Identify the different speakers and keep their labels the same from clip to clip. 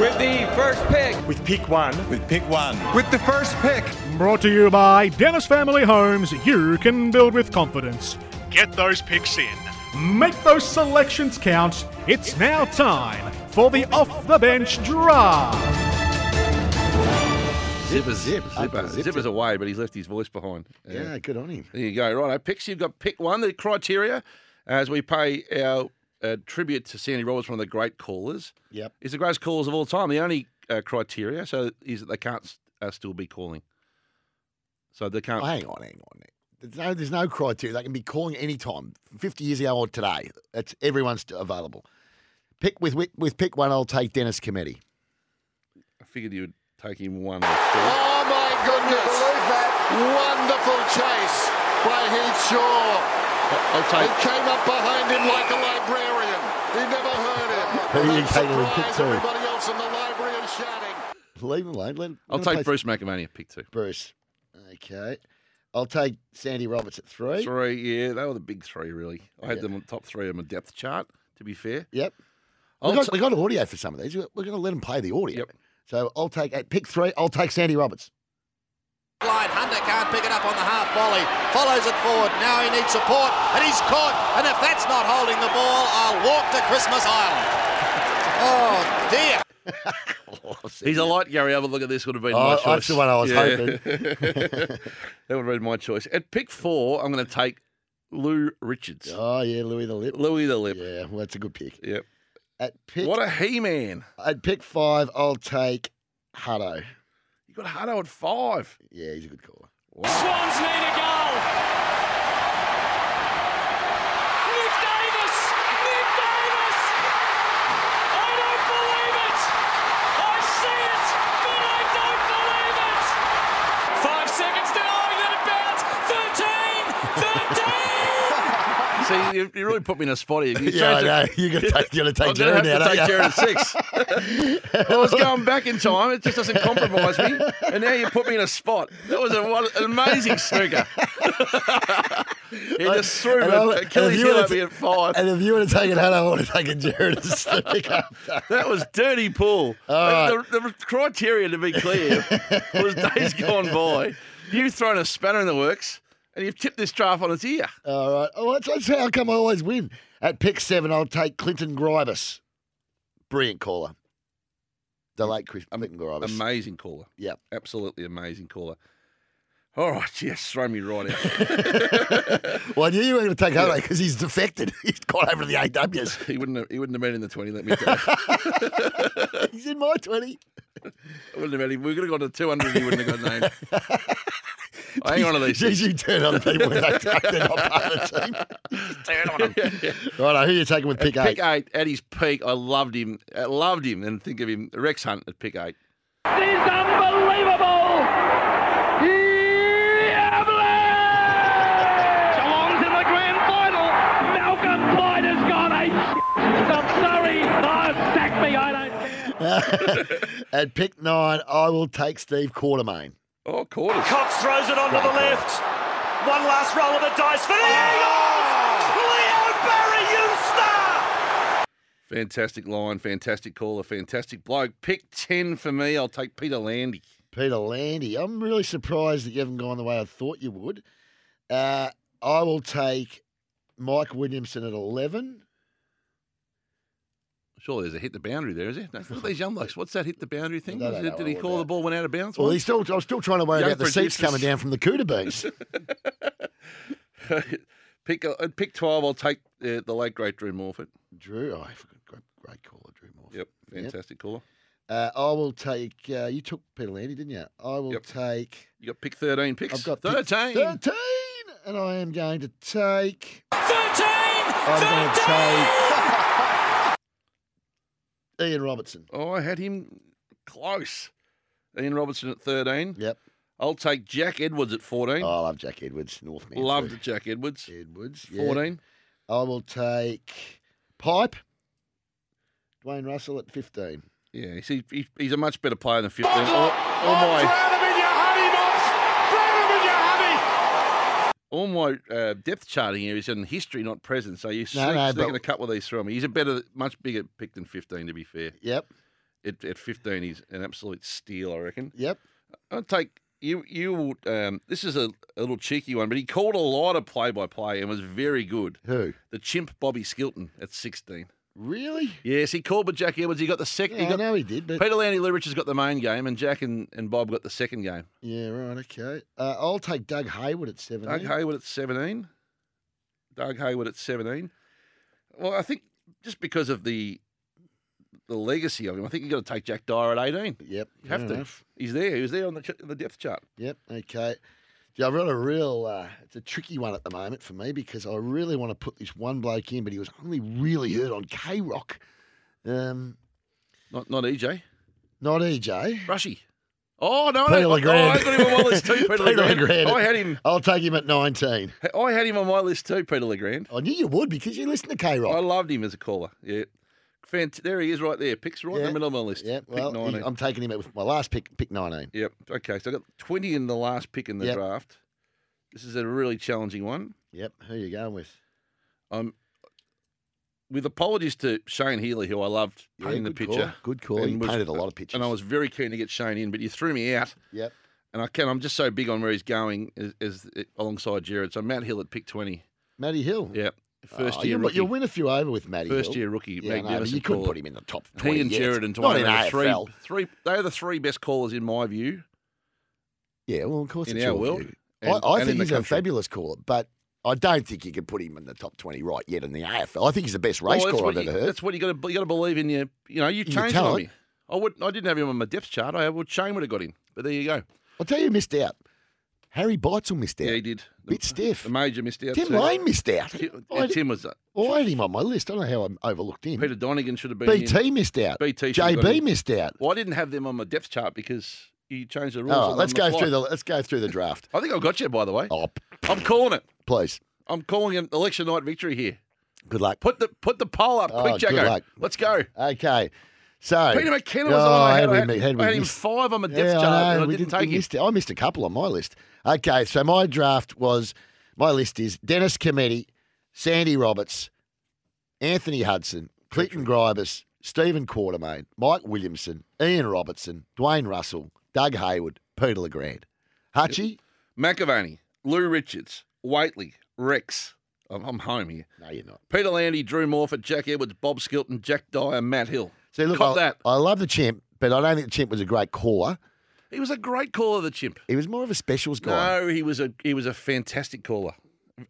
Speaker 1: With the first pick.
Speaker 2: With pick one.
Speaker 3: With pick one.
Speaker 1: With the first pick.
Speaker 4: Brought to you by Dennis Family Homes. You can build with confidence. Get those picks in. Make those selections count. It's now time for the off the bench draft.
Speaker 5: Zipper, zip, zipper,
Speaker 3: Zipper, zip,
Speaker 5: zipper's
Speaker 3: zip.
Speaker 5: away, but he's left his voice behind. Uh,
Speaker 3: Yeah, good on him.
Speaker 5: There you go. Right, I picks. You've got pick one, the criteria, as we pay our uh, tribute to Sandy Roberts, one of the great callers.
Speaker 3: Yep.
Speaker 5: He's the greatest callers of all time. The only uh, criteria so is that they can't uh, still be calling. So they can't.
Speaker 3: Oh, hang on, hang on. There's no, there's no criteria. They can be calling any time, 50 years ago or today. It's everyone's still available. Pick with, with with pick one. I'll take Dennis Cometti.
Speaker 5: I figured you would take him one. or two.
Speaker 6: Oh my goodness! Wonderful chase by Heath Shaw.
Speaker 3: Uh,
Speaker 5: I'll
Speaker 6: He
Speaker 5: take.
Speaker 6: came up behind him like a librarian. He never heard him.
Speaker 3: Who are you
Speaker 6: That
Speaker 3: taking with pick
Speaker 6: surprised
Speaker 3: two?
Speaker 6: Everybody else in the library is shouting.
Speaker 3: Leave him alone. Let him,
Speaker 5: I'll
Speaker 3: let him
Speaker 5: take
Speaker 3: play-
Speaker 5: Bruce McAvaney at pick two.
Speaker 3: Bruce. Okay. I'll take Sandy Roberts at three.
Speaker 5: Three, yeah, they were the big three, really. I had
Speaker 3: Yeah.
Speaker 5: them on the top three on my depth chart, to be fair.
Speaker 3: Yep.
Speaker 5: I'll
Speaker 3: we got,
Speaker 5: ta-
Speaker 3: we got audio for some of these. We're going to let him play the audio.
Speaker 5: Yep.
Speaker 3: So I'll take at pick three. I'll take Sandy Roberts.
Speaker 6: Line Hunter can't pick it up on the half volley. Follows it forward. Now he needs support, and he's caught. And if that's not holding the ball, I'll walk to Christmas Island. Oh dear.
Speaker 5: He's a light Gary Ablett. Look at this. Would have been
Speaker 3: Oh,
Speaker 5: my
Speaker 3: that's
Speaker 5: choice.
Speaker 3: the one I was hoping.
Speaker 5: that would have been my choice. At pick four, I'm going to take Lou Richards.
Speaker 3: Oh yeah, Louis the Lip.
Speaker 5: Louis the Lip.
Speaker 3: Yeah, well, that's a good pick.
Speaker 5: Yep.
Speaker 3: At pick
Speaker 5: What a he man.
Speaker 3: at pick five, I'll take Hutto.
Speaker 5: You got Hutto at five.
Speaker 3: Yeah, he's a good caller.
Speaker 1: Swans need a goal. Nick Davis. Nick Davis. I don't believe it. I see it, but I don't believe it. Five seconds to oh, that it bounced. 13. 13.
Speaker 5: See, you, you really put me in a spot here. You
Speaker 3: Yeah, I
Speaker 5: changed
Speaker 3: know.
Speaker 5: it.
Speaker 3: You're gonna take you're gonna
Speaker 5: I'm
Speaker 3: take Jared
Speaker 5: going to have
Speaker 3: now,
Speaker 5: to take
Speaker 3: don't you?
Speaker 5: Jared at six. I was going back in time. It just doesn't compromise me. And now you put me in a spot. That was a, what, an amazing snooker. he just threw
Speaker 3: And
Speaker 5: a
Speaker 3: I'll- and
Speaker 5: Achilles
Speaker 3: if you
Speaker 5: heel
Speaker 3: would've-
Speaker 5: at me at five.
Speaker 3: And if you would have taken Hutto, I would have taken Jared as stick up.
Speaker 5: That was dirty pool.
Speaker 3: All
Speaker 5: The- the, the criteria, to be clear, was days gone by. You've thrown a spanner in the works, and you've tipped this draft on its ear.
Speaker 3: All right. Oh, that's, that's how come I always win. At pick seven, I'll take Clinton Gribus. Brilliant caller.
Speaker 5: Mm.
Speaker 3: The late Chris, uh, Clinton Gribus.
Speaker 5: Amazing caller.
Speaker 3: Yep.
Speaker 5: Absolutely amazing caller. All right, yes, throw me right out.
Speaker 3: Well, I knew you were going to take Hutto because he's defected. He's gone over to the AWs.
Speaker 5: he wouldn't have, he wouldn't have been in the 20, let me tell you.
Speaker 3: He's in my 20.
Speaker 5: I wouldn't have had him. We could have gone to 200 he wouldn't have got named. I hang on to these.
Speaker 3: Geez, you
Speaker 5: things.
Speaker 3: turn on people when they take, they're not part of the team. turn on them. Right, who are you taking with pick eight?
Speaker 5: Pick eight, at his peak, I loved him. I loved him. And think of him, Rex Hunt at pick eight.
Speaker 1: He's unbelievable. Yeah, Geelong's in the grand final. Malcolm Blight has gone eight. I'm sorry. Oh, sack me. I don't care.
Speaker 3: At pick nine, I will take Steve Quartermain.
Speaker 5: Oh, quarters.
Speaker 7: Cox throws it onto the left. One last roll of the dice for the Eagles. Leo Barry, you star.
Speaker 5: Fantastic line, fantastic caller, fantastic bloke. Pick 10 for me. I'll take Peter Landy.
Speaker 3: Peter Landy. I'm really surprised that you haven't gone the way I thought you would. Uh, I will take Mike Williamson at 11.
Speaker 5: Surely there's a hit the boundary there, is there? No, look at these young blokes. What's that hit the boundary thing?
Speaker 3: I don't know
Speaker 5: Did he
Speaker 3: all
Speaker 5: call the
Speaker 3: about
Speaker 5: ball went out of bounds?
Speaker 3: Well, he's still, I'm still trying to worry
Speaker 5: Young
Speaker 3: about the seats
Speaker 5: producers.
Speaker 3: coming down from the Cooter Bees.
Speaker 5: pick, uh, pick 12, I'll take uh, the late, great Drew Morford.
Speaker 3: Drew, oh, I forgot, great, great caller, Drew Moore.
Speaker 5: Yep, fantastic caller.
Speaker 3: Uh, I will take, uh, you took Peter Landy, didn't you? I will
Speaker 5: Yep.
Speaker 3: take,
Speaker 5: You got pick 13 picks?
Speaker 3: I've got pick
Speaker 5: 13.
Speaker 3: 13, and I am going to take,
Speaker 1: 13.
Speaker 3: I'm going to take Ian Robertson.
Speaker 5: Oh, I had him close. Ian Robertson at 13.
Speaker 3: Yep.
Speaker 5: I'll take Jack Edwards at 14.
Speaker 3: Oh, I love Jack Edwards, Northman.
Speaker 5: Loved Jack Edwards.
Speaker 3: Edwards. yeah.
Speaker 5: 14.
Speaker 3: I will take Pipe. Dwayne Russell at 15.
Speaker 5: Yeah, he's, he's, he's a much better player than 15. Oh, oh my. all my uh, depth chart here is in history, not present. So you're
Speaker 3: No,
Speaker 5: sneaking
Speaker 3: no, but-
Speaker 5: a couple of these through me. He's a better, much bigger pick than 15, to be fair.
Speaker 3: Yep.
Speaker 5: At, at 15, he's an absolute steal, I reckon.
Speaker 3: Yep.
Speaker 5: I'll take you. You. Um, this is a, a little cheeky one, but he called a lot of play-by-play and was very good.
Speaker 3: Who?
Speaker 5: The chimp Bobby Skilton at 16.
Speaker 3: Really?
Speaker 5: Yes, he called with Jack Edwards. He got the second.
Speaker 3: Yeah, I know he did, but
Speaker 5: Peter Landy Lurich has got the main game, and Jack and, and Bob got the second game.
Speaker 3: yeah, right, okay. Uh, I'll take Doug Hayward at 17.
Speaker 5: Doug Hayward at 17. Doug Hayward at 17. Well, I think just because of the the legacy of him, I think you've got to take Jack Dyer at 18.
Speaker 3: Yep.
Speaker 5: You have
Speaker 3: fair
Speaker 5: to.
Speaker 3: enough.
Speaker 5: He's there. He was there on the, ch- the depth chart.
Speaker 3: Yep. Okay. Yeah, I've got a real. Uh, it's a tricky one at the moment for me because I really want to put this one bloke in, but he was only really hurt on K Rock. Um,
Speaker 5: Not not EJ.
Speaker 3: not EJ.
Speaker 5: Rushy. Oh no,
Speaker 3: Peter
Speaker 5: no.
Speaker 3: Legrand.
Speaker 5: Oh, I got him on my list too. Peter, Legrand.
Speaker 3: Legrand.
Speaker 5: I had him.
Speaker 3: I'll take him at 19.
Speaker 5: I had him on my list too. Peter Legrand.
Speaker 3: I knew you would because you listen to K
Speaker 5: I
Speaker 3: Rock.
Speaker 5: loved him as a caller. Yeah. Fant- there he is, right there. Picks right in
Speaker 3: Yeah.
Speaker 5: the middle of my list.
Speaker 3: Yeah,
Speaker 5: Pick
Speaker 3: well, he-
Speaker 5: 19.
Speaker 3: I'm taking him at with my last pick, pick 19.
Speaker 5: Yep. Okay. So I got 20 in the last pick in the
Speaker 3: Yep.
Speaker 5: draft. This is a really challenging one.
Speaker 3: Yep. Who you going with?
Speaker 5: Um, with apologies to Shane Healy, who I loved
Speaker 3: Yeah,
Speaker 5: painting the
Speaker 3: good
Speaker 5: picture.
Speaker 3: call, good call.
Speaker 5: and
Speaker 3: He painted a lot of pictures.
Speaker 5: And I was very keen to get Shane in, but you threw me out.
Speaker 3: Yep.
Speaker 5: And I can. I'm just so big on where he's going as, as eh, alongside Jared. So Matt Hill at pick 20.
Speaker 3: Matty Hill.
Speaker 5: Yeah. First
Speaker 3: Oh,
Speaker 5: year
Speaker 3: you'll,
Speaker 5: rookie.
Speaker 3: you'll win a few over with Matty
Speaker 5: First
Speaker 3: Hill.
Speaker 5: year
Speaker 3: Yeah,
Speaker 5: rookie,
Speaker 3: no, but
Speaker 5: magnificent
Speaker 3: you couldn't
Speaker 5: caller.
Speaker 3: put him in the top 20.
Speaker 5: He and
Speaker 3: yet.
Speaker 5: Jared and
Speaker 3: Not
Speaker 5: Dwayne
Speaker 3: in
Speaker 5: are the
Speaker 3: AFL.
Speaker 5: three, three. They are the three best callers in my view.
Speaker 3: Yeah, well, of course,
Speaker 5: in
Speaker 3: it's
Speaker 5: our
Speaker 3: your
Speaker 5: world
Speaker 3: view.
Speaker 5: and-
Speaker 3: I, I
Speaker 5: and in
Speaker 3: think
Speaker 5: the
Speaker 3: he's
Speaker 5: country.
Speaker 3: a fabulous caller, but I don't think you could put him in the top twenty right yet in the AFL. I think he's the best race
Speaker 5: Well, Oh, that's
Speaker 3: caller I've
Speaker 5: what you,
Speaker 3: ever heard.
Speaker 5: That's what you got to you got to believe in your you know you
Speaker 3: In your
Speaker 5: changed it on
Speaker 3: talent.
Speaker 5: me. I would I didn't have him on my depth chart. I would Shane would have got him. But there you go.
Speaker 3: I'll tell you, who missed out. Harry Beitzel missed out.
Speaker 5: Yeah, he did.
Speaker 3: Bit stiff.
Speaker 5: The major missed out.
Speaker 3: Tim
Speaker 5: too.
Speaker 3: Lane missed out.
Speaker 5: Tim, yeah,
Speaker 3: I,
Speaker 5: Tim was uh,
Speaker 3: I had him on my list. I don't know how I overlooked him.
Speaker 5: Peter Donegan should have been. in.
Speaker 3: BT missed out.
Speaker 5: BT should have got
Speaker 3: JB
Speaker 5: in.
Speaker 3: missed out.
Speaker 5: Well, I didn't have them on my depth chart because you changed the rules.
Speaker 3: All
Speaker 5: on
Speaker 3: right, Oh, let's
Speaker 5: the
Speaker 3: go
Speaker 5: fly.
Speaker 3: through the let's go through the draft.
Speaker 5: I think I got you by the way.
Speaker 3: Oh,
Speaker 5: I'm calling it.
Speaker 3: please.
Speaker 5: I'm calling an election night victory here.
Speaker 3: Good luck.
Speaker 5: Put the put the poll up quick,
Speaker 3: Oh, good
Speaker 5: Jacko.
Speaker 3: luck.
Speaker 5: Let's go.
Speaker 3: Okay. So
Speaker 5: Peter McKenna
Speaker 3: oh,
Speaker 5: was on. I had,
Speaker 3: had we
Speaker 5: I had,
Speaker 3: mi- had
Speaker 5: I
Speaker 3: we
Speaker 5: had him
Speaker 3: missed-
Speaker 5: five on my depth
Speaker 3: I
Speaker 5: chart,
Speaker 3: know,
Speaker 5: and I
Speaker 3: we
Speaker 5: didn't
Speaker 3: did- we
Speaker 5: take him.
Speaker 3: missed it. I missed a couple on my list. Okay, so my draft was my list is Dennis Cometti, Sandy Roberts, Anthony Hudson, Clinton Gribus, Stephen Quatermain, Mike Williamson, Ian Robertson, Dwayne Russell, Doug Hayward, Peter LeGrand. Hutchie?
Speaker 5: McAvaney, Lou Richards, Waitley, Rex. I'm, I'm home here.
Speaker 3: No, you're not.
Speaker 5: Peter Landy, Drew Morford, Jack Edwards, Bob Skilton, Jack Dyer, Matt Hill.
Speaker 3: See, look,
Speaker 5: Cop
Speaker 3: I,
Speaker 5: that.
Speaker 3: I love the chimp, but I don't think the chimp was a great caller.
Speaker 5: He was a great caller, the chimp.
Speaker 3: He was more of a specials guy.
Speaker 5: No, he was a he was a fantastic caller.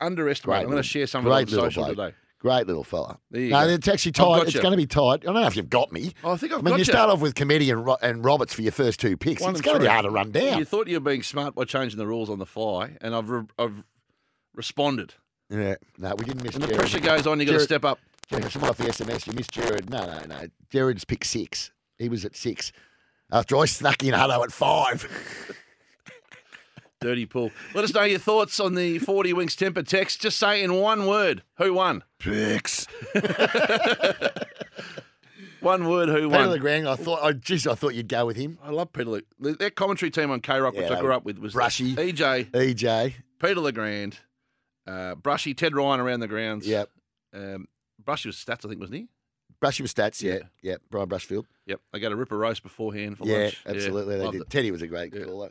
Speaker 5: Underestimated.
Speaker 3: Great
Speaker 5: I'm going
Speaker 3: little-
Speaker 5: to share some of
Speaker 3: great
Speaker 5: it on
Speaker 3: little
Speaker 5: social
Speaker 3: bloke.
Speaker 5: today.
Speaker 3: Great little fella.
Speaker 5: There you
Speaker 3: no,
Speaker 5: go.
Speaker 3: it's actually
Speaker 5: I've got
Speaker 3: tight. It's
Speaker 5: you.
Speaker 3: going to be tight. I don't know if you've got me.
Speaker 5: Oh, I think I've
Speaker 3: I mean,
Speaker 5: got
Speaker 3: you
Speaker 5: you.
Speaker 3: start off with Committee and, Ro- and Roberts for your first two picks.
Speaker 5: One
Speaker 3: it's
Speaker 5: and
Speaker 3: going to be
Speaker 5: three.
Speaker 3: hard to run down.
Speaker 5: You thought you were being smart by changing the rules on the fly, and I've re- I've responded.
Speaker 3: Yeah. No, we didn't miss
Speaker 5: When the
Speaker 3: Jared.
Speaker 5: pressure goes on, you got to
Speaker 3: Jared-
Speaker 5: step up.
Speaker 3: Jared, someone off the SMS, you missed Jared. No, no, no. Jared's pick six. He was at six. After I snuck in Hutto at five.
Speaker 5: Dirty pool. Let us know your thoughts on the 40 Winks temper text. Just say in one word who won.
Speaker 3: Picks.
Speaker 5: One word who
Speaker 3: Peter
Speaker 5: won.
Speaker 3: LeGrand, I thought, I, geez, I thought you'd go with him.
Speaker 5: I love Peter. Le- their- their commentary team on K Rock, which
Speaker 3: Yeah,
Speaker 5: I
Speaker 3: they
Speaker 5: grew
Speaker 3: were
Speaker 5: up with, was
Speaker 3: brushy.
Speaker 5: EJ,
Speaker 3: EJ.
Speaker 5: Peter Legrand, uh, Brushy, Ted Ryan around the grounds.
Speaker 3: Yep.
Speaker 5: Um, Brushy was stats, I think, wasn't he?
Speaker 3: Brushy was stats, yeah.
Speaker 5: Yeah.
Speaker 3: Yeah. Brian Brushfield.
Speaker 5: Yep. They got a ripper roast beforehand for
Speaker 3: yeah,
Speaker 5: lunch.
Speaker 3: absolutely. they
Speaker 5: loved
Speaker 3: did.
Speaker 5: it.
Speaker 3: Teddy was a great
Speaker 5: Yeah.
Speaker 3: caller.